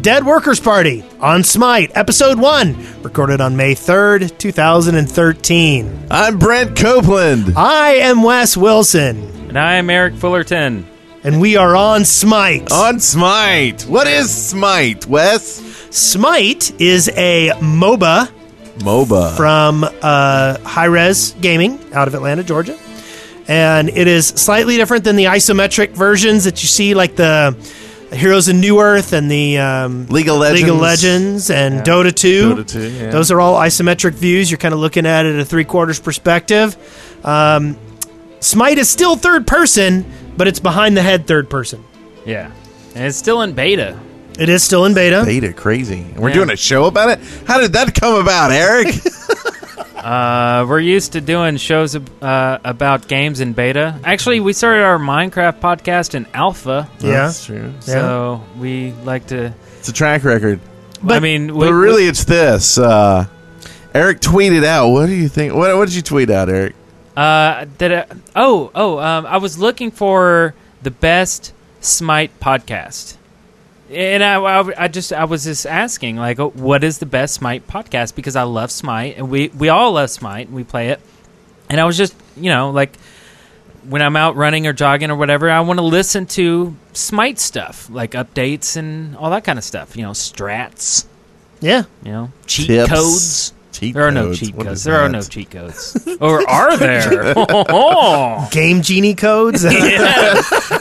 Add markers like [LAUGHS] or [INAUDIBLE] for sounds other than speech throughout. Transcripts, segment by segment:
Dead Workers Party on Smite, Episode 1, recorded on May 3rd, 2013. I'm Brent Copeland. I am Wes Wilson, And I'm Eric Fullerton. and we are on Smite. On Smite. What is Smite, Wes? Smite is a MOBA MOBA. from uh, High Res Gaming out of Atlanta, Georgia. And it is slightly different than the isometric versions that you see, like the Heroes of New Earth and the um, League of League of Legends Legends. and Dota 2. Dota 2, yeah. Those are all isometric views. You're kind of looking at it at a three quarters perspective. Um, Smite is still third person, but it's behind the head third person. Yeah. And it's still in beta. It is still in beta. Beta crazy. And We're Yeah. doing a show about it? How did that come about, Eric? Uh, we're used to doing shows ab- uh, about games in beta. Actually, we started our Minecraft podcast in alpha, Yeah. [LAUGHS] That's true. so we like to. It's a track record. I But- mean, we, But really, it's this. Uh, Eric tweeted out. What do you think? What, what did you tweet out, Eric? uh, that uh, oh oh, um, I was looking for the best Smite podcast, and I, I I just I was just asking like, oh, what is the best Smite podcast? Because I love Smite, and we we all love Smite, and we play it. And I was just you know like when I'm out running or jogging or whatever, I want to listen to Smite stuff, like updates and all that kind of stuff. You know, strats. Yeah. You know, cheat Tips. codes. Cheat There are no codes. cheat What codes. is There are that? no cheat codes. [LAUGHS] or are there? Oh. Game Genie [LAUGHS] codes.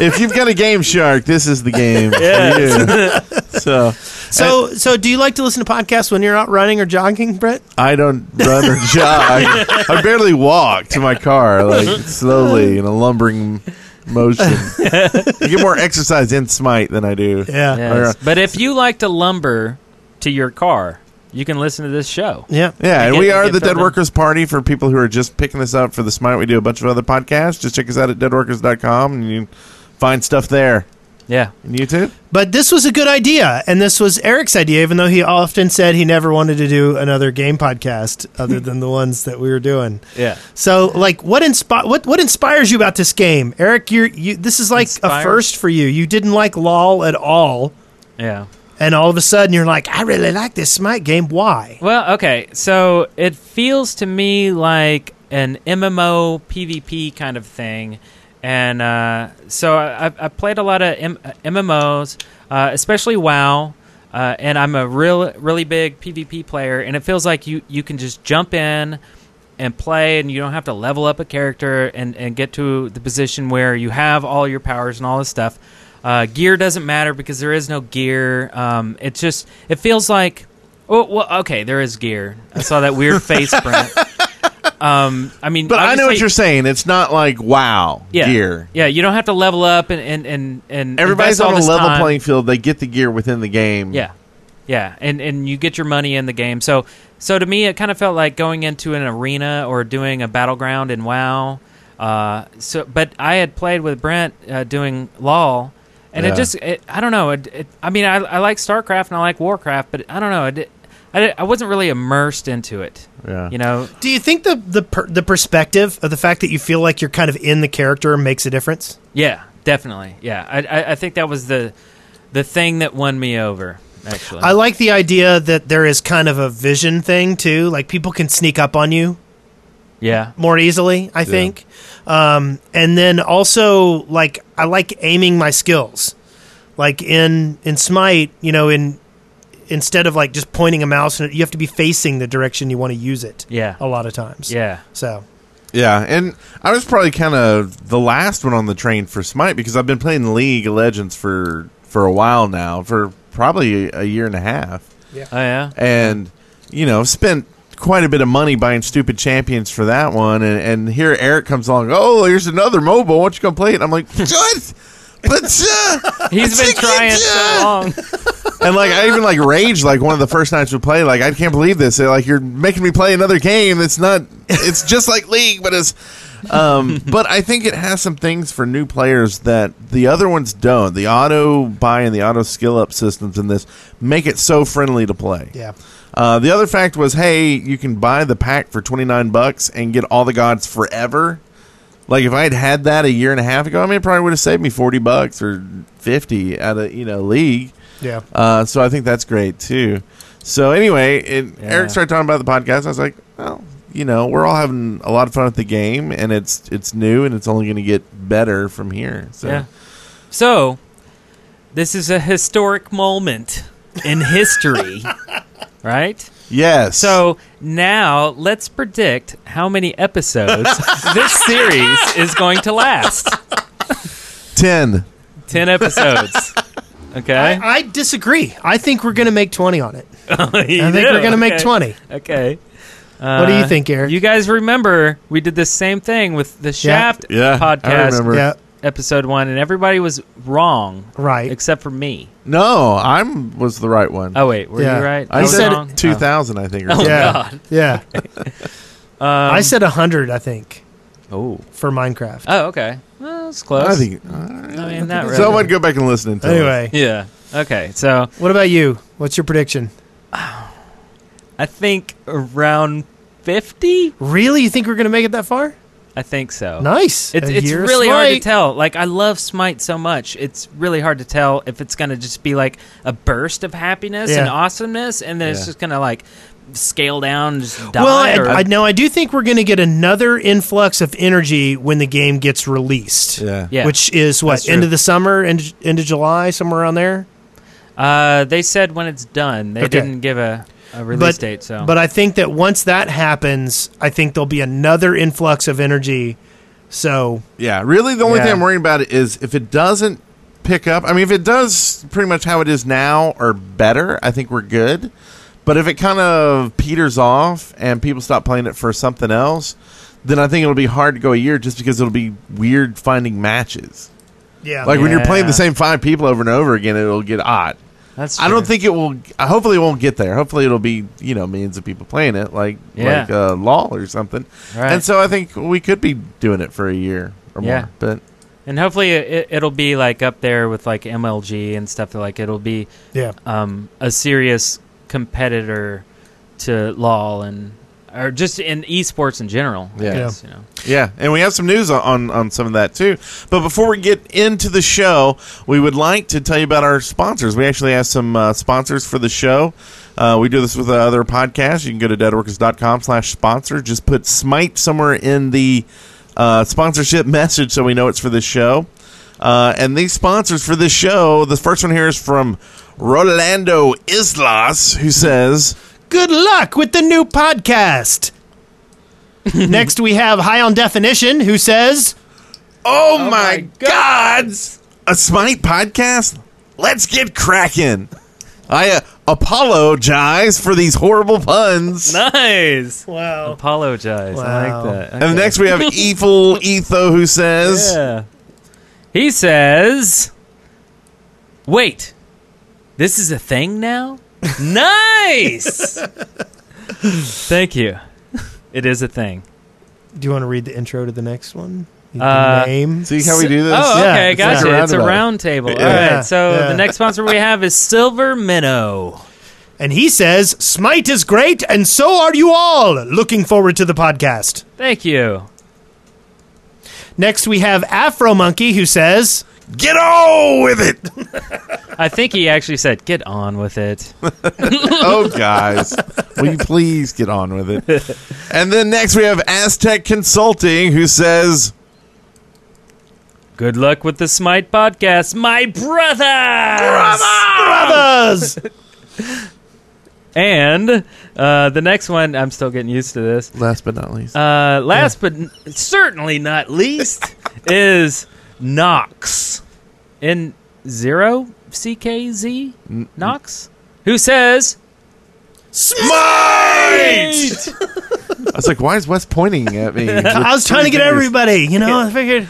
if you've got a game shark, this is the game. [LAUGHS] yeah. So so, so do you like to listen to podcasts when you're out running or jogging, Brett? I don't run or jog. I barely walk to my car, like slowly in a lumbering motion. I get more exercise in Smite than I do. Yeah. Yeah. Yes. But if you like to lumber to your car, you can listen to this show. Yeah, and Get- we are get the Dead filled in. Workers Party for people who are just picking this up for the Smite. We do a bunch of other podcasts. Just check us out at deadworkers.com and you can find stuff there. Yeah. And YouTube? But this was a good idea, and this was Eric's idea, even though he often said he never wanted to do another game podcast other than the ones that we were doing. Yeah. So, like, what inspi- what what inspires you about this game, Eric? You're you. This is like a Inspires? first for you. You didn't like LOL at all, Yeah. and all of a sudden you're like, I really like this Smite game. Why? Well, okay. So it feels to me like an MMO PvP kind of thing, and uh, so I, I- I played a lot of M- MMOs, uh, especially WoW. Uh, and I'm a real, really big PvP player, and it feels like you, you can just jump in and play, and you don't have to level up a character and, and get to the position where you have all your powers and all this stuff. Uh, gear doesn't matter because there is no gear. Um, it just it feels like Oh, well, okay, there is gear. I saw that [LAUGHS] weird face, Brent. Um, I mean, But I know what obviously- you're saying. It's not like wow yeah, gear. Yeah, you don't have to level up and and and, and Everybody's invest all on a this level time. playing field. They get the gear within the game. Yeah, yeah, and and you get your money in the game. So so to me, it kind of felt like going into an arena or doing a battleground in WoW. Uh, so but I had played with Brent uh, doing LOL. And Yeah. it just, it, I don't know. It, it, I mean, I, I like StarCraft and I like Warcraft, but I don't know. It, I, I wasn't really immersed into it. Yeah. You know, Do you think the the per- the perspective of the fact that you feel like you're kind of in the character makes a difference? Yeah, definitely. Yeah, I, I, I think that was the the thing that won me over. Actually, I like the idea that there is kind of a vision thing too. Like people can sneak up on you yeah, more easily, I think. Um, and then also like I like aiming my skills. Like in in Smite, you know, in instead of like just pointing a mouse, you have to be facing the direction you want to use it. Yeah. a lot of times. yeah, So Yeah, and I was probably kind of the last one on the train for Smite because I've been playing League of Legends for for a while now, for probably a year and a half, oh yeah, and you know spent quite a bit of money buying stupid champions for that one, and, and here Eric comes along, oh, here's another mobile, why don't you go play it? And I'm like, what? But uh, he's been trying so long. [LAUGHS] and like I even like rage like one of the first nights we play like I can't believe this like you're making me play another game that's not it's just like League but it's um but I think it has some things for new players that the other ones don't the auto buy and the auto skill up systems in this make it so friendly to play yeah. uh, the other fact was, hey, you can buy the pack for twenty nine bucks and get all the gods forever. Like if I had had that a year and a half ago, I mean, it probably would have saved me forty bucks or fifty at a you know league. Yeah. Uh, so I think that's great too. So anyway, it, Yeah. Eric started talking about the podcast. I was like, well, you know, we're all having a lot of fun at the game, and it's it's new, and it's only going to get better from here. So Yeah. So, this is a historic moment in history, [LAUGHS] right? yes, So now let's predict how many [LAUGHS] episodes this series is going to last. ten. [LAUGHS] Ten episodes. Okay. I disagree. I think we're going to make 20 on it. I [LAUGHS] I think we're going to make 20. Okay. What do you Uh, think, Eric? You guys remember we did the same thing with the Shaft Yeah, I podcast remember. yeah, episode one, and everybody was wrong right. except for me. No, I'm was the right one. Oh wait, were Yeah. you right? I was said wrong? two thousand. I think. Or Oh. something. yeah. God. [LAUGHS] Yeah. Um, Oh. Um, I said 100, I think, oh. for Minecraft. Oh, okay. Well, it's close. I think. I I [LAUGHS] mean, not really. Someone go back and listen and tell us. anyway, yeah. Okay. So what about you? What's your prediction? I think around fifty. Really? You think we're going to make it that far? I think so. Nice. It's, A it's year of really hard to Smite. tell. Like I love Smite so much, it's really hard to tell if it's gonna just be like a burst of happiness and Yeah. awesomeness, and then it's Yeah. just gonna like scale down, and just die. Well, or- I, I, no, I do think we're going to get another influx of energy when the game gets released. Yeah. yeah. Which is That's what true. end of the summer, end end of July, somewhere around there. uh, they said when it's done, they Okay. didn't give a, a release date. So, But I think that once that happens, I think there'll be another influx of energy. So Yeah, really. The only Yeah. thing I'm worrying about is if it doesn't pick up. I mean, if it does pretty much how it is now or better, I think we're good. But if it kind of peters off and people stop playing it for something else, then I think it'll be hard to go a year just because it'll be weird finding matches. yeah, Like when you're playing Yeah. the same five people over and over again, it'll get odd. that's I don't true. think it will. I- Hopefully, it won't get there. Hopefully, it'll be you know millions of people playing it, like Yeah. like uh, LOL or something. Right. And so I think we could be doing it for a year or Yeah. more. But and hopefully it, it'll be like up there with like MLG and stuff. Like it'll be yeah, um, a serious competitor to LOL and or just in esports in general. I Yeah. guess, you know. [LAUGHS] Yeah, and we have some news on, on some of that too. But before we get into the show, we would like to tell you about our sponsors. We actually have some uh, sponsors for the show. Uh, we do this with uh, other podcasts. You can go to deadworkers.com slash sponsor. Just put Smite somewhere in the uh, sponsorship [LAUGHS] message so we know it's for this show. Uh, and these sponsors for this show, the first one here is from Rolando Islas, who says, Good luck with the new [LAUGHS] podcast. Next, we have High on Definition, who says, Oh, my my gods! A Smite podcast? Let's get cracking! I uh, apologize for these horrible puns. Nice. "Wow, Apologize. I Wow. like that. And Okay. next we have Evil Etho who says, Yeah. He says, "Wait, this is a [LAUGHS] thing now." nice. Thank you. It is a thing. do you want to read the intro to the next one? The Uh, name? See how we do this? Oh, Yeah, okay, it's gotcha. like a it's a roundabout. round table. Yeah. All right. So Yeah. the next sponsor we have is Silver Minnow. And he says, "Smite is great, and so are you all. Looking forward to the podcast." Thank you. Next, we have Afro Monkey, who says, Get on with it! I think he actually said, "Get on [LAUGHS] with it." oh, guys. Will you please get on with it? And then next we have Aztec Consulting who says, Good luck with the Smite podcast, my brother. Ah! Oh. [LAUGHS] "Brothers." And uh, the next one, I'm still getting used to this. last but not least. Uh, last but n- certainly not least is Knox in zero CKZ Knox, who says, Smite! I was like, why is Wes pointing at me? I was trying to get everybody. You know, Oh, I figured.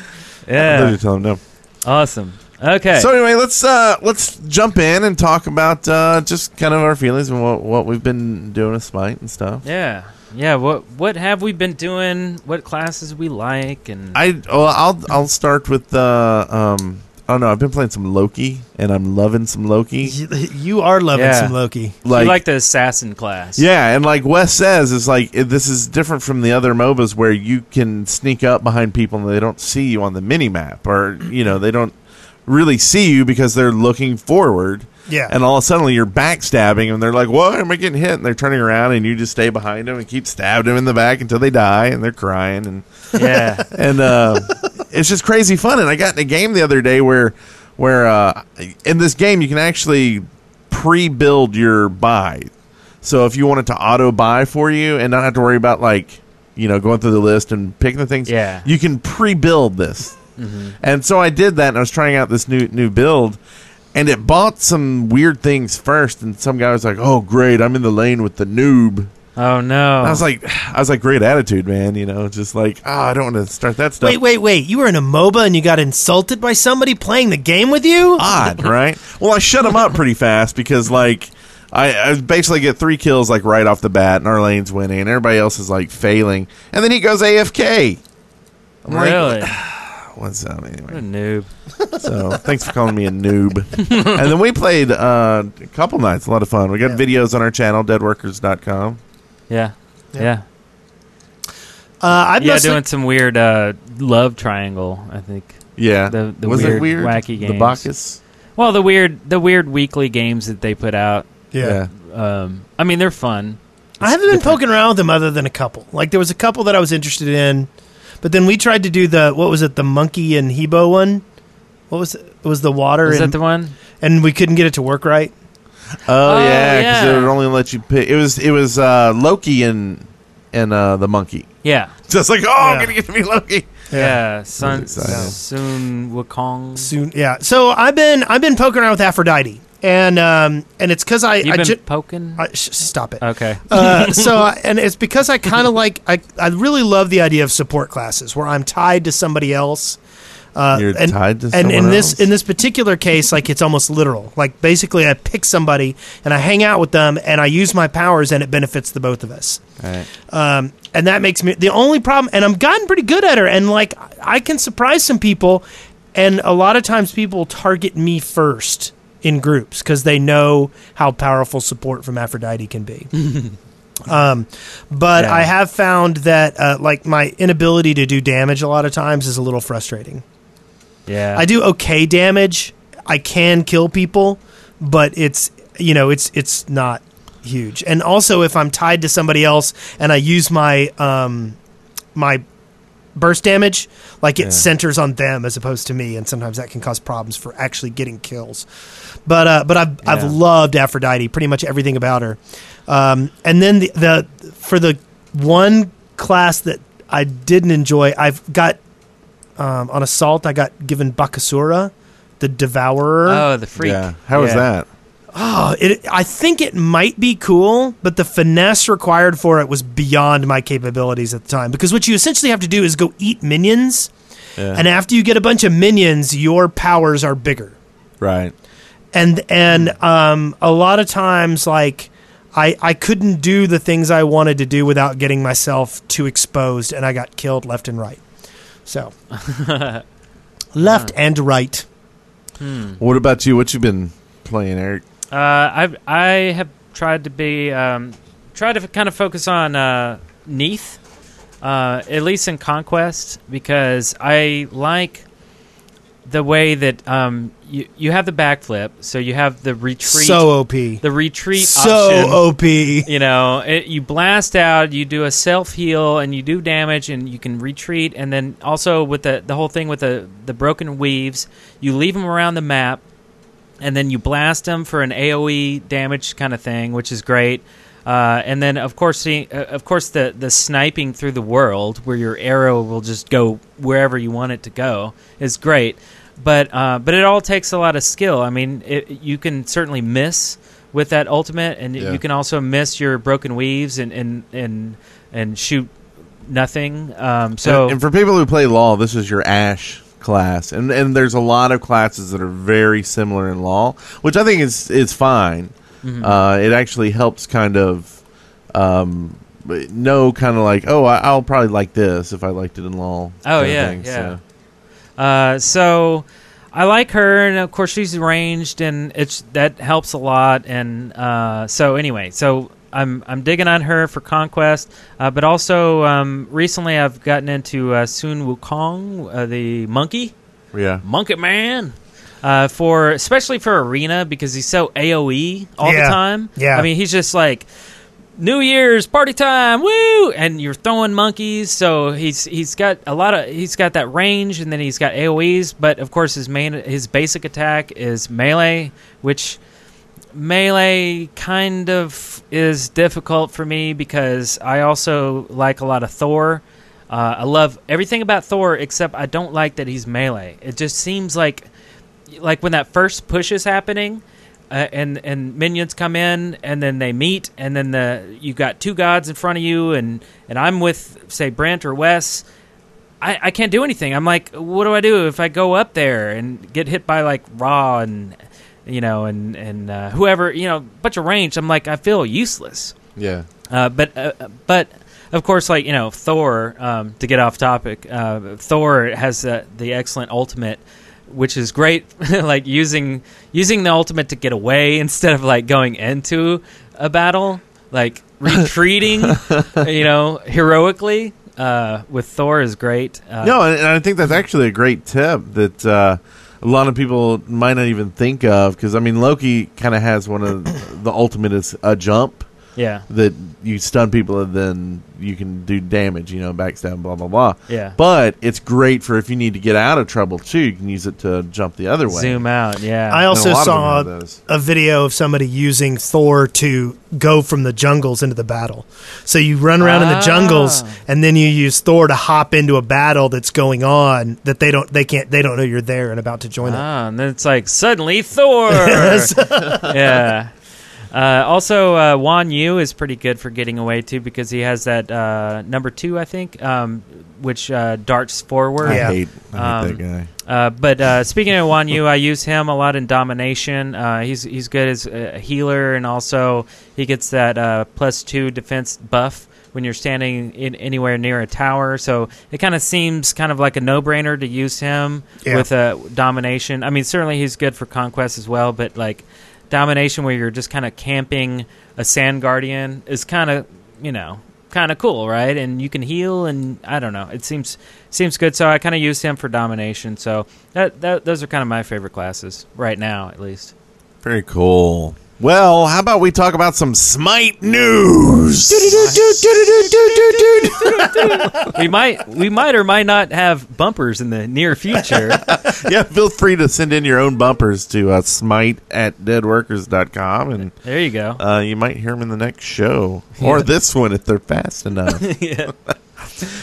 "Yeah, Literally tell him no. awesome." Okay, So anyway, let's uh, let's jump in and talk about uh, just kind of our feelings and what, what we've been doing with Smite and stuff. yeah, yeah. What what have we been doing? What classes we like? And I well, I'll I'll start with uh, um I don't know. I've been playing some Loki and I'm loving some Loki. You [LAUGHS] you are loving Yeah. some Loki. you like the assassin class? Yeah, and like Wes says, it's like it, this is different from the other MOBAs where you can sneak up behind people and they don't see you on the mini map, or you know they don't really see you because they're looking forward. Yeah. And all of a sudden you're backstabbing and they're like, What am I getting hit? And they're turning around and you just stay behind them and keep stabbing them in the back until they die and they're crying and yeah. and uh, it's just crazy fun. And I got in a game the other day where where uh, in this game you can actually pre-build your buy. So if you wanted to auto buy for you and not have to worry about like you know going through the list and picking the things, Yeah. you can pre-build this. And so I did that, and I was trying out this new new build. And it bought some weird things first, and some guy was like, "Oh, great! I'm in the lane with the noob." Oh no. I was like, [SIGHS] "I was like, great attitude, man. You know, just like, oh, I don't want to start that stuff." Wait, wait, wait. You were in a MOBA and you got insulted by somebody playing the game with you? Uh, [LAUGHS] odd, right? Well, I shut him up pretty fast because like I, I basically get three kills like right off the bat, and our lane's winning, and everybody else is like failing, and then he goes AFK. I'm like, really? What's up? What a Anyway, noob. so thanks for calling me a [LAUGHS] noob. and then we played uh, a couple nights, a lot of fun. We got Yeah. videos on our channel, deadworkers.com. Yeah. Yeah. Yeah. Uh, [LAUGHS] I've yeah, mostly- doing some weird uh, love triangle, I think. Yeah, The- the was it weird, weird? wacky The games. Bacchus. Well, the weird the weird weekly games that they put out. yeah. Um, I mean, they're fun. I haven't been poking around with them other than a couple. Like there was a couple that I was interested in, but then we tried to do the what was it, the monkey and Hebo one? What was it? It was the water Is that and, the one? and we couldn't get it to work right. Oh, Oh, yeah, because it yeah. would only let you pick. It was it was uh, Loki and and uh, the monkey. [LAUGHS] Yeah. Just like, oh, I'm Yeah. gonna get to be Loki. Yeah. Sun exciting. Sun Wukong. Soon, yeah. So I've been I've been poking around with Aphrodite, and um and it's because I You've I, been ju- poking. I sh- stop it. okay. uh, so I- and it's because I [LAUGHS] kind of like I I really love the idea of support classes where I'm tied to somebody else. Uh, You're and, tied to and in someone this else? in this particular case, like it's almost literal. Like basically, I pick somebody and I hang out with them and I use my powers and it benefits the both of us. Um, and that makes me the only problem. And I'm gotten pretty good at her. And like I can surprise some people. And a lot of times people target me first in groups because they know how powerful support from Aphrodite can be. um, but Yeah. I have found that uh, like my inability to do damage a lot of times is a little frustrating. Yeah. I do okay damage. I can kill people, but it's you know it's it's not huge. And also, if I'm tied to somebody else and I use my um my burst damage, like it Yeah. centers on them as opposed to me, and sometimes that can cause problems for actually getting kills. But uh, but I've I've Yeah. loved Aphrodite, pretty much everything about her. Um, and then the, the for the one class that I didn't enjoy, I've got um, on assault. I got given Bakasura, the Devourer. Oh, the freak. Yeah. How was Yeah. that? Oh, it, I think it might be cool, but the finesse required for it was beyond my capabilities at the time. Because what you essentially have to do is go eat minions, and after you get a bunch of minions, your powers are bigger. right. And and um, a lot of times, like I I couldn't do the things I wanted to do without getting myself too exposed, and I got killed left and right. So [LAUGHS] left and right. Hmm. What about you? What you been playing, Eric? Uh, I I have tried to be um, tried to kind of focus on uh, Neath, uh, at least in Conquest, because I like the way that um, you you have the backflip, so you have the retreat, So op. the retreat So option. op. you know, it, you blast out, you do a self heal, and you do damage, and you can retreat. And then also with the the whole thing with the the broken weaves, you leave them around the map, and then you blast them for an AOE damage kind of thing, which is great. Uh, and then of course, the, uh, of course, the the sniping through the world, where your arrow will just go wherever you want it to go, is great. But uh, but it all takes a lot of skill. I mean, it, you can certainly miss with that ultimate, and Yeah. you can also miss your broken weaves and and and, and shoot nothing. Um, so and, and for people who play law, this is your Ash class, and and there's a lot of classes that are very similar in law, which I think is is fine. Mm-hmm. Uh, it actually helps kind of um, know kind of like oh I, I'll probably like this if I liked it in law. Oh, kinda yeah, thing, yeah. so. Uh, so I like her, and of course she's ranged, and it's that helps a lot. And uh, so anyway, so I'm I'm digging on her for conquest, uh, but also um, recently I've gotten into uh, Sun Wukong, uh, the monkey, yeah. monkey man. uh, for especially for arena because he's so AOE all Yeah. the time. Yeah. I mean he's just like New Year's party time, woo! And you're throwing monkeys, so he's he's got a lot of he's got that range, and then he's got AOE's. But of course, his main his basic attack is melee, which melee kind of is difficult for me because I also like a lot of Thor. Uh, I love everything about Thor except I don't like that he's melee. It just seems like like when that first push is happening uh, and and minions come in and then they meet and then the you got two gods in front of you and and I'm with say Brent or Wes I, I can't do anything I'm like what do I do if I go up there and get hit by like Raw and you know and and uh, whoever you know bunch of range I'm like I feel useless Yeah. uh, but uh, but of course, like you know, Thor. Um, to get off topic, uh, Thor has uh, the excellent ultimate, which is great. [LAUGHS] like using using the ultimate to get away [LAUGHS] instead of like going into a battle, [LAUGHS] like retreating, you know, heroically. Uh, with Thor is great. Uh, no, and, and I think that's actually a great tip that uh, a lot of people might not even think of because I mean Loki kind of has one of the ultimate is a jump yeah, that you stun people and then you can do damage, you know, backstab, blah blah blah. yeah. But it's great for if you need to get out of trouble too. You can use it to jump the other way. Zoom out. Yeah, I And a also lot of them saw have those. a video of somebody using Thor to go from the jungles into the battle. So you run around in the jungles Ah. and then you use Thor to hop into a battle that's going on that they don't they can't they don't know you're there and about to join it. Ah, and then it's like suddenly [LAUGHS] Thor. [LAUGHS] yeah. Uh, also, uh, Wan Yu is pretty good for getting away too because he has that uh, number two, I think, um, which uh, darts forward. I Yeah. hate, I hate Um, that guy. Uh, but uh, speaking of Wan Yu, I use him a lot in domination. Uh, he's he's good as a healer, and also he gets that uh, plus two defense buff when you're standing in anywhere near a tower. So it kind of seems kind of like a no brainer to use him Yeah. with uh, domination. I mean, certainly he's good for conquest as well, but like domination where you're just kind of camping a sand guardian is kind of you know kind of cool right and you can heal and i don't know it seems seems good so i kind of used him for domination so that, that those are kind of my favorite classes right now at least Very cool. Well, how about we talk about some Smite news? we might we might or might not have bumpers in the near future yeah, feel free to send in your own bumpers to uh, smite at deadworkers.com, and there you go uh, you might hear them in the next show or Yeah. this one if they're fast enough. [LAUGHS] yeah [LAUGHS]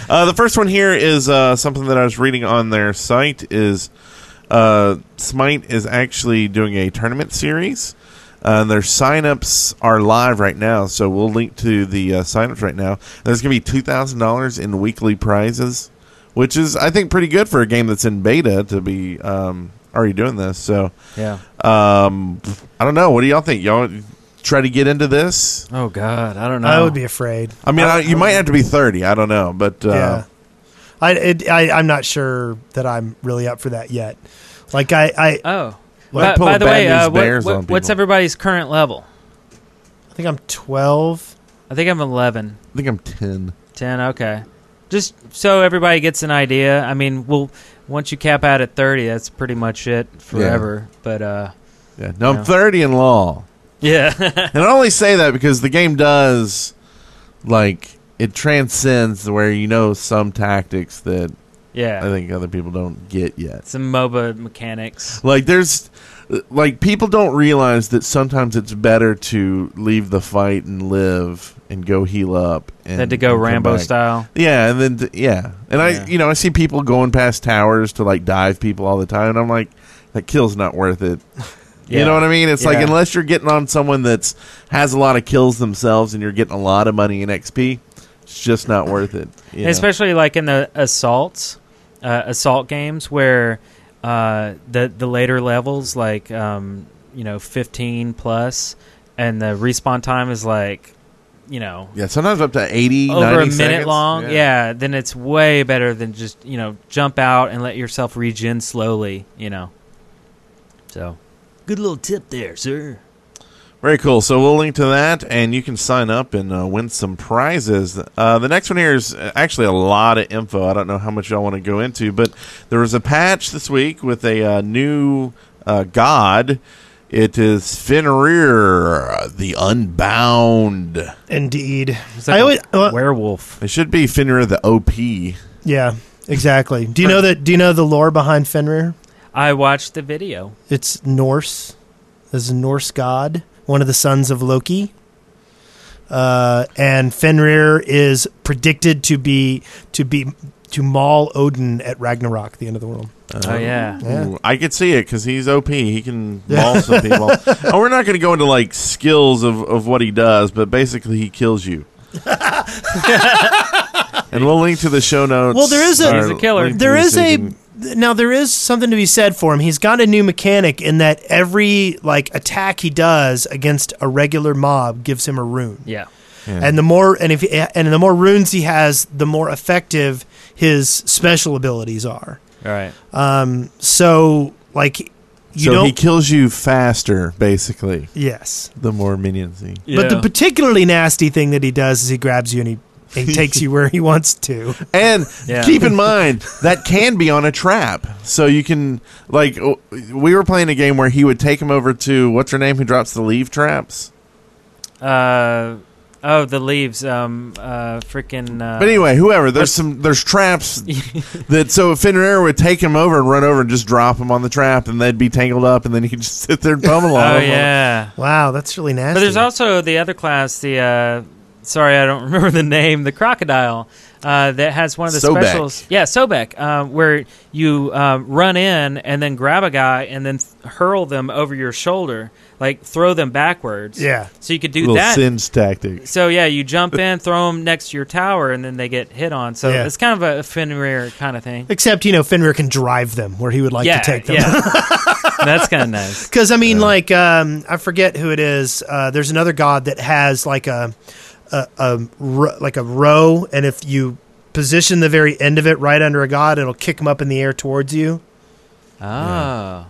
Uh, the first one here is uh, something that I was reading on their site is uh, Smite is actually doing a tournament series. Uh, and their signups are live right now, so we'll link to the uh, signups right now. There's going to be two thousand dollars in weekly prizes, which is I think pretty good for a game that's in beta to be um, already doing this. So yeah um, I don't know. What do y'all think? Y'all try to get into this? oh god i don't know I would be afraid. I mean, I- I, you might have to be thirty. I don't know, but uh, yeah. I, it, I I'm not sure that I'm really up for that yet. Like I I, oh Well, by, pull by a the bad way news uh, what- bears what- on what's people. everybody's current level I think I'm 12. i think i'm 11 I think I'm ten. 10 okay just so everybody gets an idea i mean we'll once you cap out at 30 that's pretty much it forever but uh Yeah, no, Yeah. I'm 30 in law. yeah [LAUGHS] And I only say that because the game does, like, it transcends where you know some tactics that I yeah think other people don't get yet. some moba mechanics Like, there's, like, people don't realize that sometimes it's better to leave the fight and live and go heal up. And, than to go and come rambo back. style Yeah, and then, t- yeah. And Yeah. I, you know, I see people going past towers to, like, dive people all the time. And I'm like, that kill's not worth [LAUGHS] it. You Yeah. know what I mean? It's like Yeah. unless you're getting on someone that's has a lot of kills themselves and you're getting a lot of money in XP, it's just not worth it. you know? especially like in the assaults uh, assault games where uh, the the later levels like um, you know 15 plus and the respawn time is like you know yeah, sometimes up to 80, over 90 a minute seconds. long, yeah. then it's way better than just you know jump out and let yourself regen slowly, you know. So, good little tip there, sir. Very cool. So we'll link to that, and you can sign up and uh, win some prizes. Uh, the next one here is uh, actually a lot of info. I don't know how much y'all want to go into, but there was a patch this week with a uh, new uh, god. It is Fenrir, the Unbound. Indeed. It's like I always, uh, a well, werewolf. It should be Fenrir, the OP. yeah, exactly. Do you know that? Do you know the lore behind Fenrir? I watched the video. It's Norse. There's a Norse god, one of the sons of Loki. Uh, and Fenrir is predicted to be to be to maul Odin at Ragnarok, the end of the world. Uh-huh. oh yeah. Yeah. Ooh, I could see it because he's OP. He can [LAUGHS] Yeah. maul some people. and we're not going to go into like skills of, of what he does, but basically he kills [LAUGHS] you. and we'll link to the show notes. Well, there is a- or He's a killer. link to There this is so you a can- now there is something to be said for him. He's got a new mechanic in that every like attack he does against a regular mob gives him a rune. Yeah. And the more and if and the more runes he has, the more effective his special abilities are. All right. Um, so like you so don't he kills you faster, basically. yes. The more minions he. Yeah. But the particularly nasty thing that he does is he grabs you and he and [LAUGHS] he takes you where he wants to. [LAUGHS] And Yeah. keep in mind that can be on a trap, so you can like w- we were playing a game where he would take him over to what's her name who drops the leave traps. uh, oh, the leaves. Um, uh, freaking. Uh, But anyway, whoever there's some there's [LAUGHS] traps that so if Fenrir would take him over and run over and just drop him on the trap, and they'd be tangled up, and then he could just sit there and pummel on [LAUGHS] Oh him. yeah. Wow, that's really nasty. But there's also the other class. The uh, sorry, I don't [LAUGHS] remember the name. The crocodile uh, that has one of the Sobek. specials. Yeah, Sobek, um, where you um, run in and then grab a guy and then th- hurl them over your shoulder, like throw them backwards. yeah. So you could do Little that. singe tactic. So yeah, you jump in, throw them next to your tower, and then they get hit on. So Yeah. it's kind of a Fenrir kind of thing. Except you know Fenrir can drive them where he would like yeah, to take them. [LAUGHS] yeah. that's kind of nice. Because I mean, like, um, I forget who it is. Uh, there's another god that has like a, a, a ro- like a row, and if you position the very end of it right under a god, it'll kick him up in the air towards you. Oh,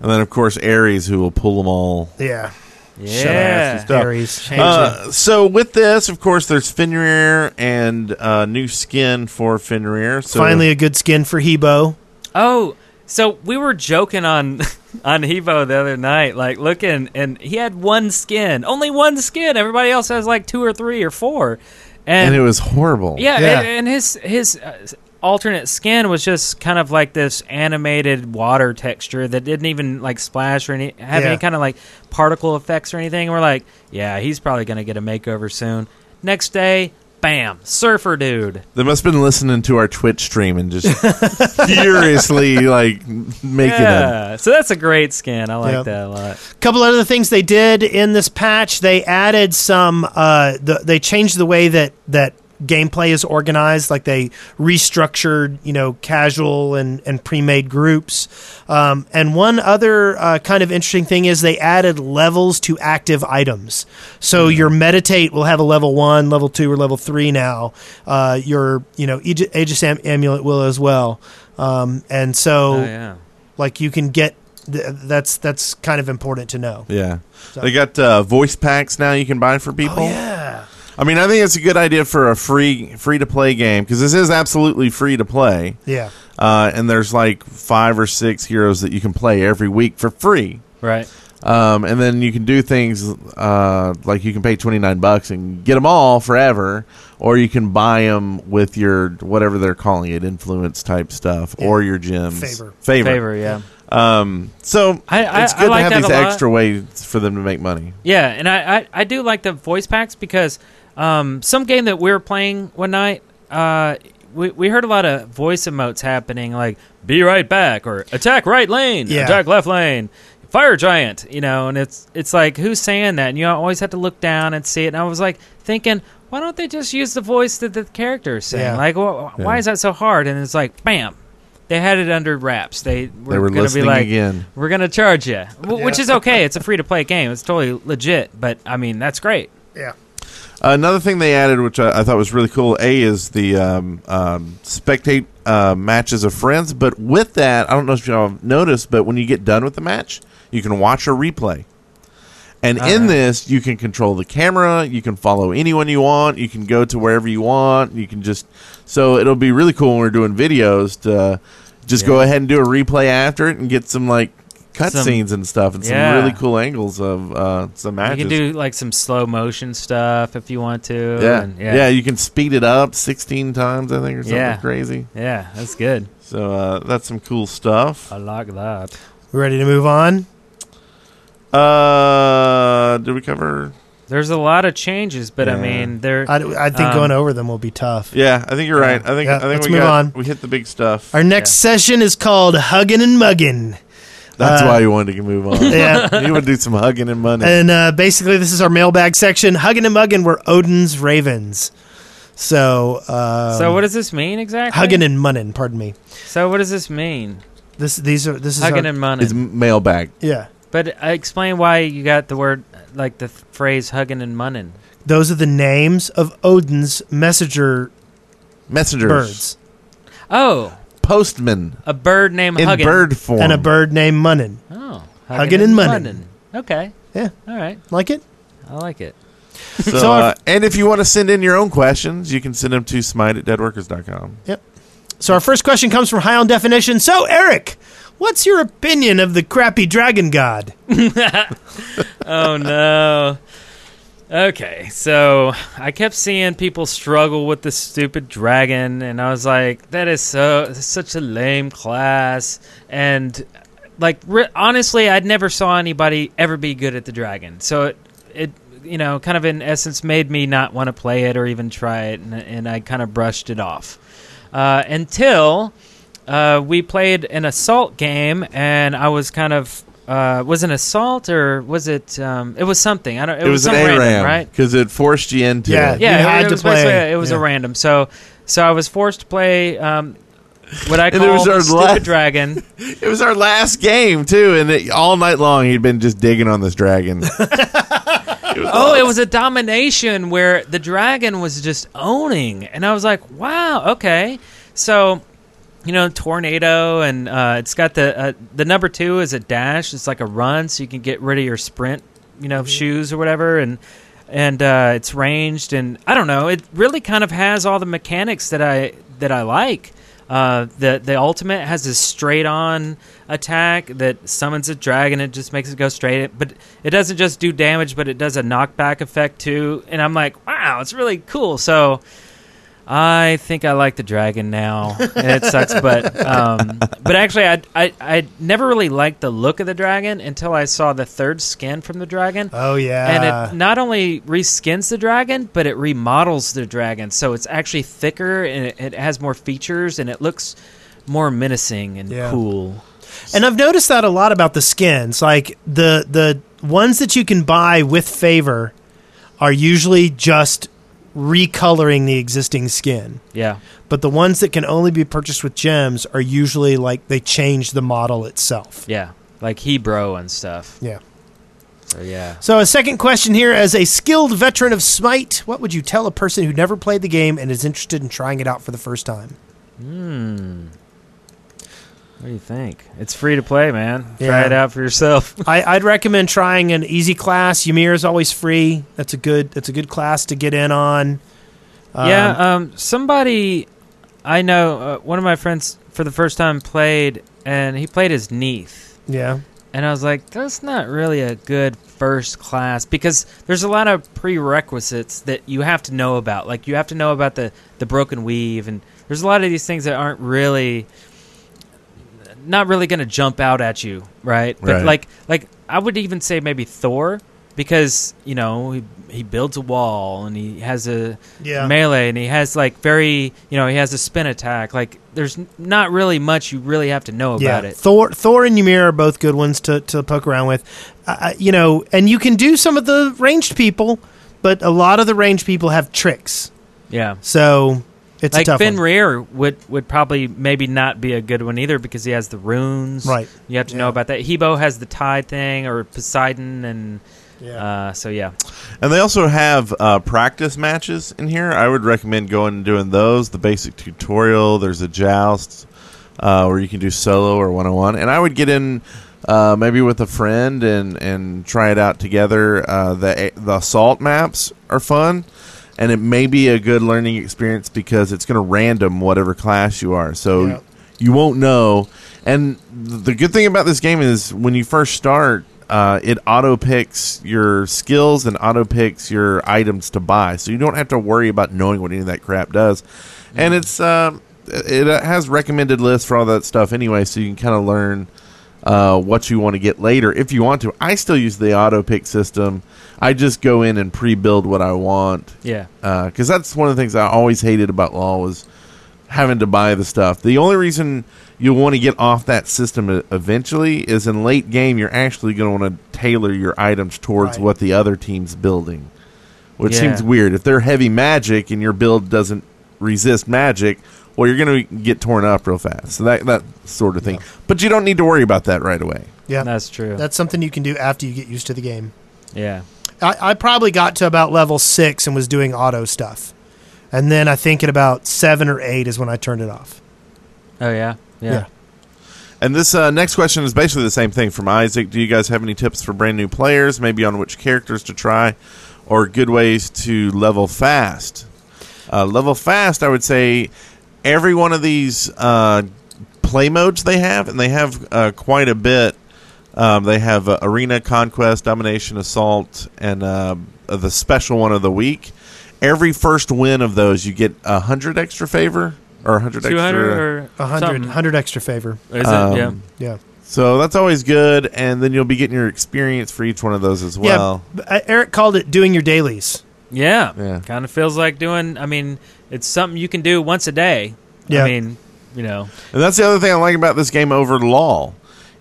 And then of course Ares, who will pull them all. Yeah, yeah. Duh. Ares. Change Uh, so with this, of course, there's Fenrir and uh, new skin for Fenrir. So Finally, a good skin for Hebo. Oh, so we were joking on [LAUGHS] on Hevo the other night, like looking, and he had one skin, only one skin. Everybody else has like two or three or four, and it was horrible. Yeah, Yeah. And, and his his uh, s- alternate skin was just kind of like this animated water texture that didn't even like splash or any have Yeah. any kind of like particle effects or anything. And we're like, yeah, he's probably gonna get a makeover soon. Next day, bam, surfer dude. They must have been listening to our Twitch stream and [LAUGHS] just furiously like making them. Yeah, so that's a great skin. I like Yep. that a lot. couple other things they did in this patch they added some uh, the, they changed the way that that gameplay is organized like they restructured you know casual and and pre-made groups um, and one other uh, kind of interesting thing is they added levels to active items so Mm-hmm. your meditate will have a level one level two or level three now uh, your you know Aegis, Aegis Am- amulet will as well um, and so Oh yeah. like you can get th- that's that's kind of important to know. Yeah, they got uh, voice packs now you can buy for people. Oh, Oh, yeah. I mean, I think it's a good idea for a free free to play game because this is absolutely free to play. Yeah. Uh, and there's like five or six heroes that you can play every week for free. Right. Um, and then you can do things uh, like you can pay twenty nine bucks and get them all forever, or you can buy them with your whatever they're calling it, influence type stuff, or your gems Favor. favor. Favor, yeah. Um, so I- I- it's I good like to that have these a lot. extra ways for them to make money. Yeah, and I, I, I do like the voice packs because um, some game that we were playing one night, uh, we, we heard a lot of voice emotes happening, like "be right back" or "attack right lane," Yeah. "attack left lane," "fire giant," you know, and it's it's like who's saying that, and you always have to look down and see it. And I was like thinking, why don't they just use the voice that the character is saying? Yeah. Like, wh- why Yeah. is that so hard? And it's like, bam, they had it under wraps. They were, They were going to be listening like, again. we're gonna charge you, w- which Yeah. is okay. It's a free to play game. It's totally legit. But I mean, that's great. Yeah. Another thing they added, which I, I thought was really cool, a is the um, um, spectate uh, matches of friends. But with that, I don't know if y'all have noticed, but when you get done with the match, you can watch a replay. And in yeah. this, you can control the camera. You can follow anyone you want. You can go to wherever you want. You can just so it'll be really cool when we're doing videos to uh, just go ahead and do a replay after it and get some like Some- cutscenes and stuff, and Yeah. some really cool angles of uh, some You matches. can do like some slow motion stuff if you want to. yeah. and yeah, yeah, You can speed it up sixteen times, I think, or something Yeah. crazy. yeah, that's good. So uh, that's some cool stuff. I like that. We ready to move on? Uh, did we cover? There's a lot of changes, but I Yeah. mean, there. I, I think Um, going over them will be tough. Yeah, I think you're right. I think Yeah, I think let's we move got- on. We hit the big stuff. Our next session is called Huggin' and Muggin'. That's uh, why you wanted to move on. [LAUGHS] [LAUGHS] Yeah. you would do some hugging and money. And uh, basically, this is our mailbag section. Huggin' and Muggin' were Odin's ravens. So, um, so what does this mean exactly? Huggin' and Munnin, pardon me. So what does this mean? This, these are, this is Hugging our- and money. It's mailbag. yeah. But uh, explain why you got the word, like the th- phrase "hugging and munning." Those are the names of Odin's messenger Messengers. birds Oh, Postman. a bird named In Huggin. bird form. and a bird named Munnin. Oh, Huggin' and munnin'. Okay. Yeah. All right. Like it? I [LAUGHS] like it. So, So our- uh, and if you want to send in your own questions, you can send them to smite at deadworkers.com. So our first question comes from High on Definition. So Eric, what's your opinion of the crappy dragon god? oh no. Okay, so I kept seeing people struggle with this stupid dragon, and I was like, "That is so such a lame class." And like, re- honestly, I never saw anybody ever be good at the dragon. So it, it, you know, kind of in essence, made me not want to play it or even try it, and, and I kind of brushed it off uh, until uh, we played an assault game, and I was kind of uh, was an assault or was it? Um, it was something. I don't. It, It, was, some an A random, ram, right? Because it forced you into Yeah. it. You had Yeah, it, to was basically- play. It was Yeah. a random. So, so I was forced to play um, what I And call it was the our stupid la- dragon. It was our last game, too. And it, all night long, he'd been just digging on this dragon. It was Oh, awesome. it was a domination where the dragon was just owning, and I was like, "Wow, okay." So, you know, tornado, and uh, it's got the uh, the number two is a dash. It's like a run, so you can get rid of your sprint, you know, shoes or whatever, and and uh, it's ranged, and I don't know. It really kind of has all the mechanics that I that I like. Uh, the the ultimate has this straight on attack that summons a dragon. It just makes it go straight, at- but it doesn't just do damage, but it does a knockback effect too. And I'm like, wow, it's really cool. So I think I like the dragon now. And [LAUGHS] it sucks, but um, but actually, I, I I never really liked the look of the dragon until I saw the third skin from the dragon. Oh And yeah. it not only reskins the dragon, but it remodels the dragon. So it's actually thicker and it, it has more features and it looks more menacing and Yeah. cool. And I've noticed that a lot about the skins. Like the the ones that you can buy with favor are usually just recoloring the existing skin. Yeah. But the ones that can only be purchased with gems are usually like they change the model itself. Yeah. Like Hebrew and stuff. Yeah. So yeah. So a second question here as a skilled veteran of Smite, what would you tell a person who never played the game and is interested in trying it out for the first time? Hmm. What do you think? It's free to play, man. Try Yeah. it out for yourself. I, I'd recommend trying an easy class. Ymir is always free. That's a good. That's a good class to get in on. Um, yeah, um, somebody I know, uh, one of my friends for the first time played, and he played as Neath. yeah. And I was like, that's not really a good first class because there's a lot of prerequisites that you have to know about. Like, you have to know about the, the broken weave, and there's a lot of these things that aren't really. Not really going to jump out at you, right? But Right. like, like I would even say maybe Thor, because you know he, he builds a wall and he has a Yeah. melee and he has like very you know he has a spin attack like there's n- not really much you really have to know about it Thor, Thor, and Ymir are both good ones to to poke around with. Uh, Uh, you know, and you can do some of the ranged people, but a lot of the ranged people have tricks. yeah So it's a like tough Fenrir would would probably maybe not be a good one either because he has the runes one. Right. you have to know Yeah. about that Hebo has the tide thing or Poseidon and Yeah. uh, so yeah And they also have uh, practice matches in here. I would recommend going and doing those. The basic tutorial. There's a joust uh, where you can do solo or one on one. And I would get in uh, maybe with a friend and and try it out together. Uh, the the assault maps are fun. And it may be a good learning experience because it's going to random whatever class you are. So Yeah. you won't know. And the good thing about this game is when you first start, uh, it auto picks your skills and auto picks your items to buy, so you don't have to worry about knowing what any of that crap does. And it's um it it has recommended lists for all that stuff anyway, so you can kind of learn uh, what you want to get later if you want to. I still use the auto pick system. I just go in and pre-build what I want Yeah. because Uh, that's one of the things I always hated about law was having to buy the stuff. The only reason you'll want to get off that system e- eventually is in late game. You're actually going to want to tailor your items towards Right. what the other team's building, which Yeah. seems weird. If they're heavy magic and your build doesn't resist magic, well, you're going to get torn up real fast. So that that sort of thing. But you don't need to worry about that right away. Yeah, That's true. that's something you can do after you get used to the game. yeah. I, I probably got to about level six and was doing auto stuff, and then I think at about seven or eight is when I turned it off. Oh yeah. Yeah. Yeah. And this uh, next question is basically the same thing from Isaac. Do you guys have any tips for brand new players, maybe on which characters to try, or good ways to level fast? Uh, level fast, I would say every one of these uh, play modes they have, and they have uh, quite a bit. Um, they have uh, arena, conquest, domination, assault, and uh, the special one of the week. Every first win of those, you get a hundred extra favor or a hundred Two hundred extra. or A hundred, something. hundred extra favor. Is it? um, yeah. Yeah. So that's always good, and then you'll be getting your experience for each one of those as well. yeah. but, uh, Eric called it doing your dailies. Yeah. Yeah. Kind of feels like doing. I mean, it's something you can do once a day. Yeah. I mean, you know. And that's the other thing I like about this game over LOL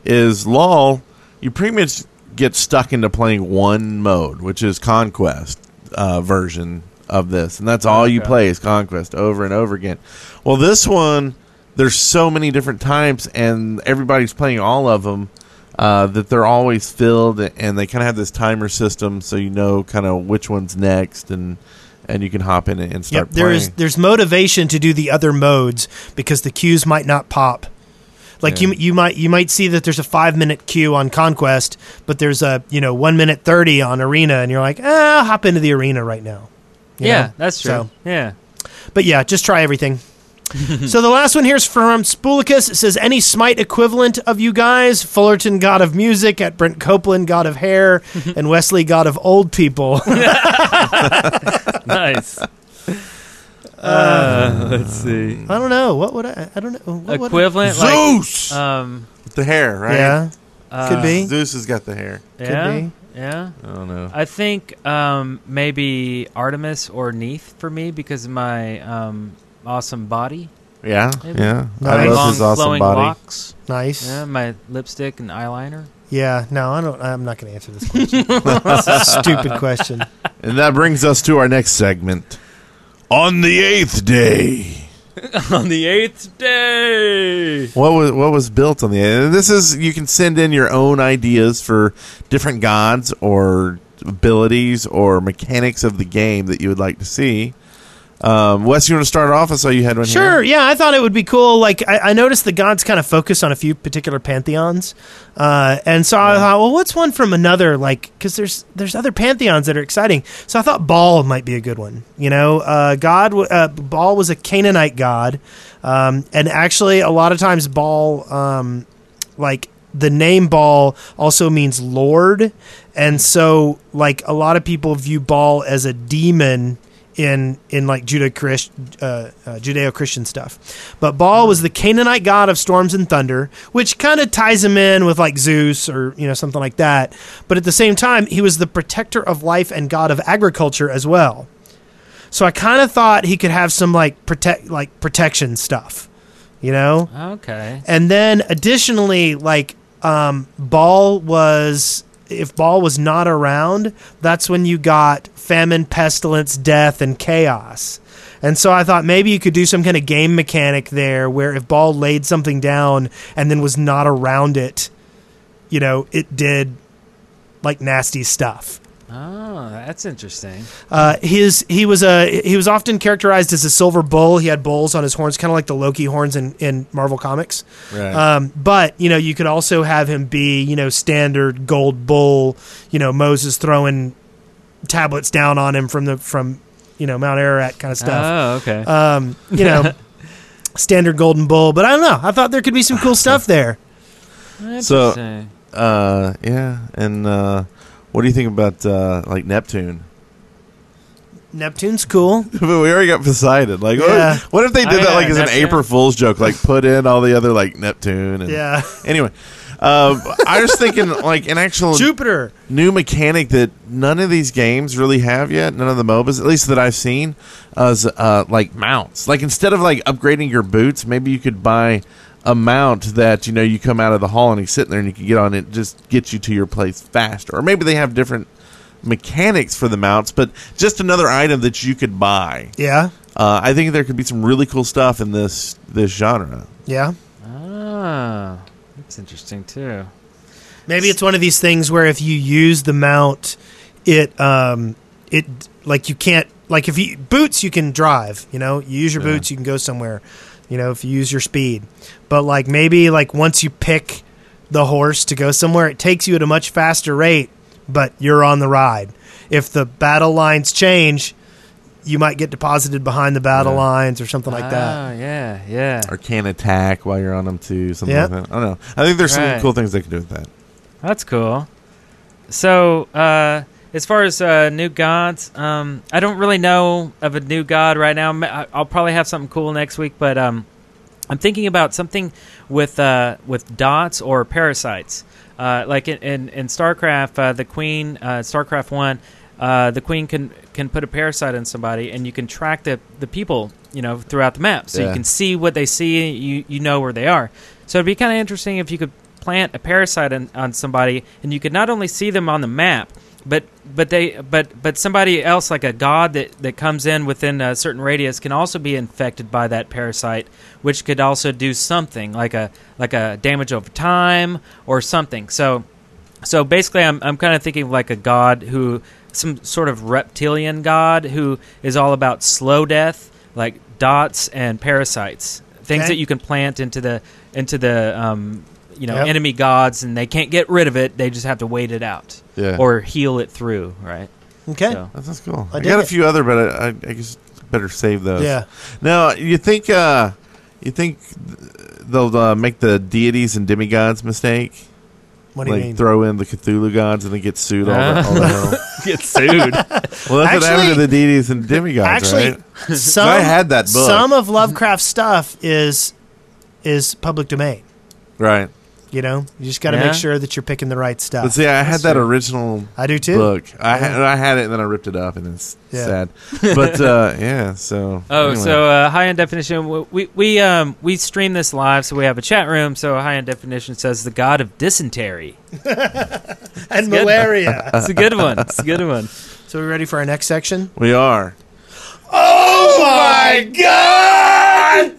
is LOL, you pretty much get stuck into playing one mode, which is conquest uh, version of this, and that's all you Okay. play is conquest over and over again. Well, this one there's so many different types, and everybody's playing all of them. Uh, that they're always filled, and they kind of have this timer system, so you know kind of which one's next, and and you can hop in and start Yep. There is playing. there's motivation to do the other modes because the queues might not pop. Like you Yeah. you might you might see that there's a five minute queue on conquest, but there's a you know one minute thirty on arena, and you're like, ah, hop into the arena right now. You Yeah, know? that's true. So- yeah. But yeah, just try everything. so the last one here is from Spoolicus. It says, "Any Smite equivalent of you guys? Fullerton, God of Music, at Brent Copeland, God of Hair, and Wesley, God of Old People." nice. Uh, let's see. [LAUGHS] I don't know what would I? I don't know what would I- Equivalent, like, Zeus um, with the hair, right? uh, Yeah, uh, could be. Zeus has got the hair. Yeah, be. yeah. I don't know. I think um, maybe Artemis or Neith for me because of my um, awesome body, Yeah, Maybe. yeah. Nice. I my love long his awesome flowing body. locks, Nice. yeah, Yeah. my lipstick and eyeliner. [LAUGHS] no, I don't. I'm not going to answer this question. [LAUGHS] It's a stupid question. And that brings us to our next segment. On the eighth day, On the eighth day. what was what was built on the? And this is you can send in your own ideas for different gods or abilities or mechanics of the game that you would like to see. Um, Wes, you want to start off? I saw you had one. Sure. here. Yeah, I thought it would be cool. Like I, I noticed the gods kind of focus on a few particular pantheons, uh, and so I thought, well, what's one from another? Like because there's there's other pantheons that are exciting. So I thought Baal might be a good one. You know, uh, God w- uh, Baal was a Canaanite god, um, and actually a lot of times Baal, um, like the name Baal, also means Lord, and so like a lot of people view Baal as a demon in in like Judah Christ, uh, uh, Judeo Christian stuff. But Baal was the Canaanite god of storms and thunder, which kind of ties him in with like Zeus or you know something like that. But at the same time, he was the protector of life and god of agriculture as well. So I kind of thought he could have some like protect like protection stuff, you know. Okay. And then additionally, like um, Ball was if Ball was not around, that's when you got famine, pestilence, death, and chaos. And so I thought maybe you could do some kind of game mechanic there where if Ball laid something down and then was not around it, you know, it did like nasty stuff. Oh, that's interesting. Uh, his he was a he was often characterized as a silver bull. He had bulls on his horns, kind of like the Loki horns in, in Marvel comics. Right. Um, but you know, you could also have him be you know standard gold bull. You know, Moses throwing tablets down Uh. on him from the from you know Mount Ararat kind of stuff. Oh, okay. [LAUGHS] Um, you know, standard Golden Bull. But I don't know. I thought there could be some cool stuff there. So- Interesting. Uh, yeah. And uh, what do you think about uh, like Neptune? Neptune's cool. [LAUGHS] but we already got Poseidon. Like, what- Yeah. what, if they did Oh, that yeah, like as an Neptune. April Fool's joke? Like, put in all the other like Neptune. And, Yeah, Anyway, um, I was thinking like an actual Jupiter. new mechanic that none of these games really have yet. None of the MOBAs, at least that I've seen, is uh, like mounts. Like instead of like upgrading your boots, maybe you could buy a mount that you know you come out of the hall and he's sitting there and you can get on it, just get you to your place faster. Or maybe they have different mechanics for the mounts, but just another item that you could buy. Yeah, Uh, I think there could be some really cool stuff in this this genre. yeah. Ah, that's interesting too. Maybe it's one of these things where if you use the mount, it um it like you can't like if you boots you can drive. You know, you use your Yeah. boots you can go somewhere. You know, if you use your speed, but like maybe like once you pick the horse to go somewhere, it takes you at a much faster rate, but you're on the ride. If the battle lines change, you might get deposited behind the battle Yeah. lines or something like that. Ah, yeah, yeah. Or can attack while you're on them too, something Yeah. like that. I don't know. I think there's some Right. cool things they could do with that. That's cool. So, uh, as far as uh, new gods, um, I don't really know of a new god right now. Ma- I- I'll probably have something cool next week, but um, I'm thinking about something with uh, with dots or parasites. Uh, like in, in, in StarCraft, uh, the queen, uh, StarCraft One, uh, the queen can can put a parasite in somebody, and you can track the, the people, you know, throughout the map, so Yeah. you can see what they see. You you know where they are. So it'd be kind of interesting if you could plant a parasite on, on somebody, and you could not only see them on the map, but but they but but somebody else like a god that that comes in within a certain radius can also be infected by that parasite, which could also do something like a like a damage over time or something. So so basically, I'm I'm kind of thinking of like a god who some sort of reptilian god who is all about slow death, like dots and parasites, things Okay. that you can plant into the into the um, you know Yep. enemy gods, and they can't get rid of it. They just have to wait it out Yeah. or heal it through, right? Ah. Okay. So, That sounds cool. I I, dig got a it. few other, but I, I, I guess better save those. Yeah. Now you think uh, you think th- they'll uh, make the deities and demigods mistake? What do you like mean? throw in the Cthulhu gods and then get sued all the, all the hell. Ah. get sued. Well, that's what happened Actually- to the deities and demigods, actually, [LAUGHS] right? [LAUGHS] some I had that book. Some of Lovecraft's stuff is is public domain. Right. You know, you just got to Yeah. make sure that you're picking the right stuff. But see, I had That's that true. original I do too. book. I Yeah. had, I had it and then I ripped it up and it's Yeah. [LAUGHS] sad. But uh, yeah, so [LAUGHS] Oh, anyway. so uh, high end definition. w- We we um we stream this live, so we have a chat room. So high end definition says the god of dysentery. and good. malaria. It's a good one. It's a good [LAUGHS] one. so we ready for our next section? we are. Oh my god!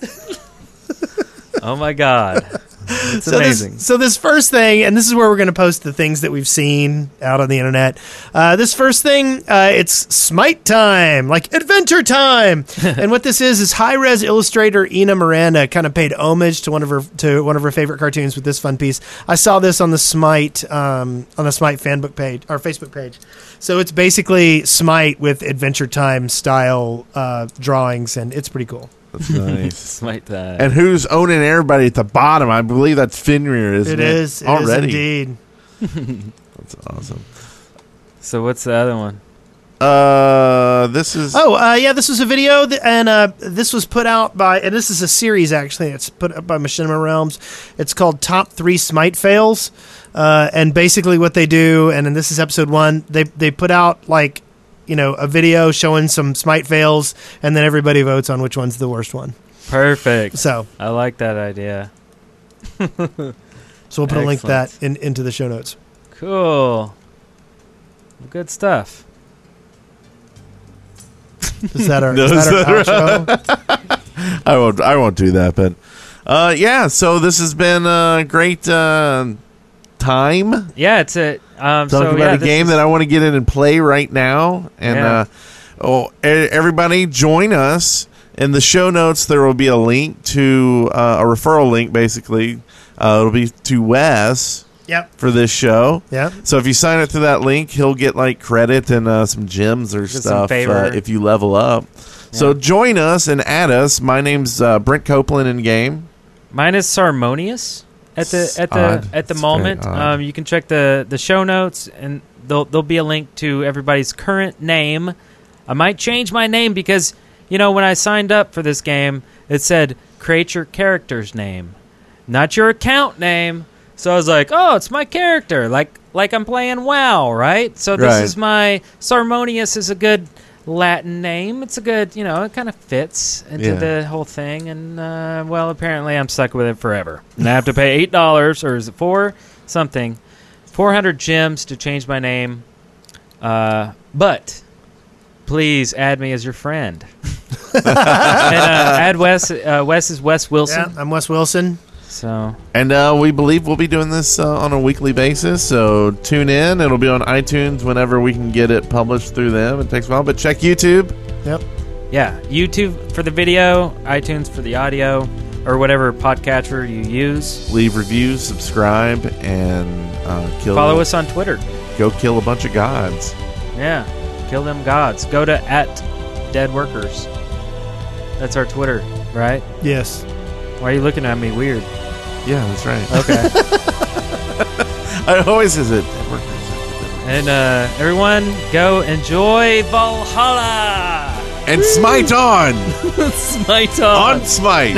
Oh my god, it's So amazing. this, so this first thing, and this is where we're going to post the things that we've seen out on the internet. Uh, this first thing, uh, it's Smite time, like Adventure [LAUGHS] time. and what this is is high res illustrator Ina Miranda kind of paid homage to one of her to one of her favorite cartoons with this fun piece. I saw this on the Smite um, on the Smite fanbook page or Facebook page. So it's basically Smite with Adventure Time style uh, drawings, and it's pretty cool. That's nice. [LAUGHS] Smite that. And who's owning everybody at the bottom? I believe that's Finrear, isn't it? it is it is already. indeed. That's awesome. So what's the other one? Uh, this is Oh, uh, yeah, this was a video, th- and uh, this was put out by, and this is a series actually. It's put up by Machinima Realms. It's called Top Three Smite Fails, uh, and basically what they do, and, and this is episode one. They they put out like, you know, a video showing some Smite fails, and then everybody votes on which one's the worst one. Perfect. So, I like that idea. so we'll put a link to Excellent. that in, into the show notes. Cool. Good stuff. Is that our, No, is that our is that outro? I won't I won't do that, but uh, yeah. So this has been a great uh, time talking Yeah, it's a um. so about yeah, a this game is- that I want to get in and play right now. And Yeah. uh, oh, e- everybody, join us in the show notes. There will be a link to uh, a referral link, basically. Uh, it'll be to Wes. Yep. for this show. Yeah. So if you sign up to that link, he'll get like credit and uh, some gems or Just some stuff favor. uh, if you level up. So join us and add us. My name's uh, Brent Copeland in game. Mine is Sarmonious at the It's at the odd. at the It's very moment. odd. Um, you can check the the show notes, and there'll there'll be a link to everybody's current name. I might change my name because you know when I signed up for this game, it said create your character's name, not your account name. So I was like, oh, it's my character, like like I'm playing WoW, right? So this Right. is my Sarmonious is a good Latin name. It's a good, you know, it kind of fits into Yeah. the whole thing. And uh, well, apparently I'm stuck with it forever, and I have to pay eight dollars or is it four something, four hundred gems to change my name. Uh, but please add me as your friend. [LAUGHS] and uh, add Wes. Uh, Wes is Wes Yeah. Wilson. I'm Wes Wilson. So And uh, we believe we'll be doing this uh, on a weekly basis. So tune in. It'll be on iTunes whenever we can get it published through them. It takes a while, but check YouTube. Yep. yeah, YouTube for the video, iTunes for the audio, or whatever podcatcher you use. Leave reviews, subscribe, and uh, kill. Follow us on Twitter. Go kill a bunch of gods. Yeah, kill them gods. Go to at dead workers. That's our Twitter, right? Yes. Why are you looking at me weird? Yeah, that's right. Okay. I [LAUGHS] always is it. Dead workers, dead workers. and uh, everyone, go enjoy Valhalla. And smite [LAUGHS] on Smite on smite.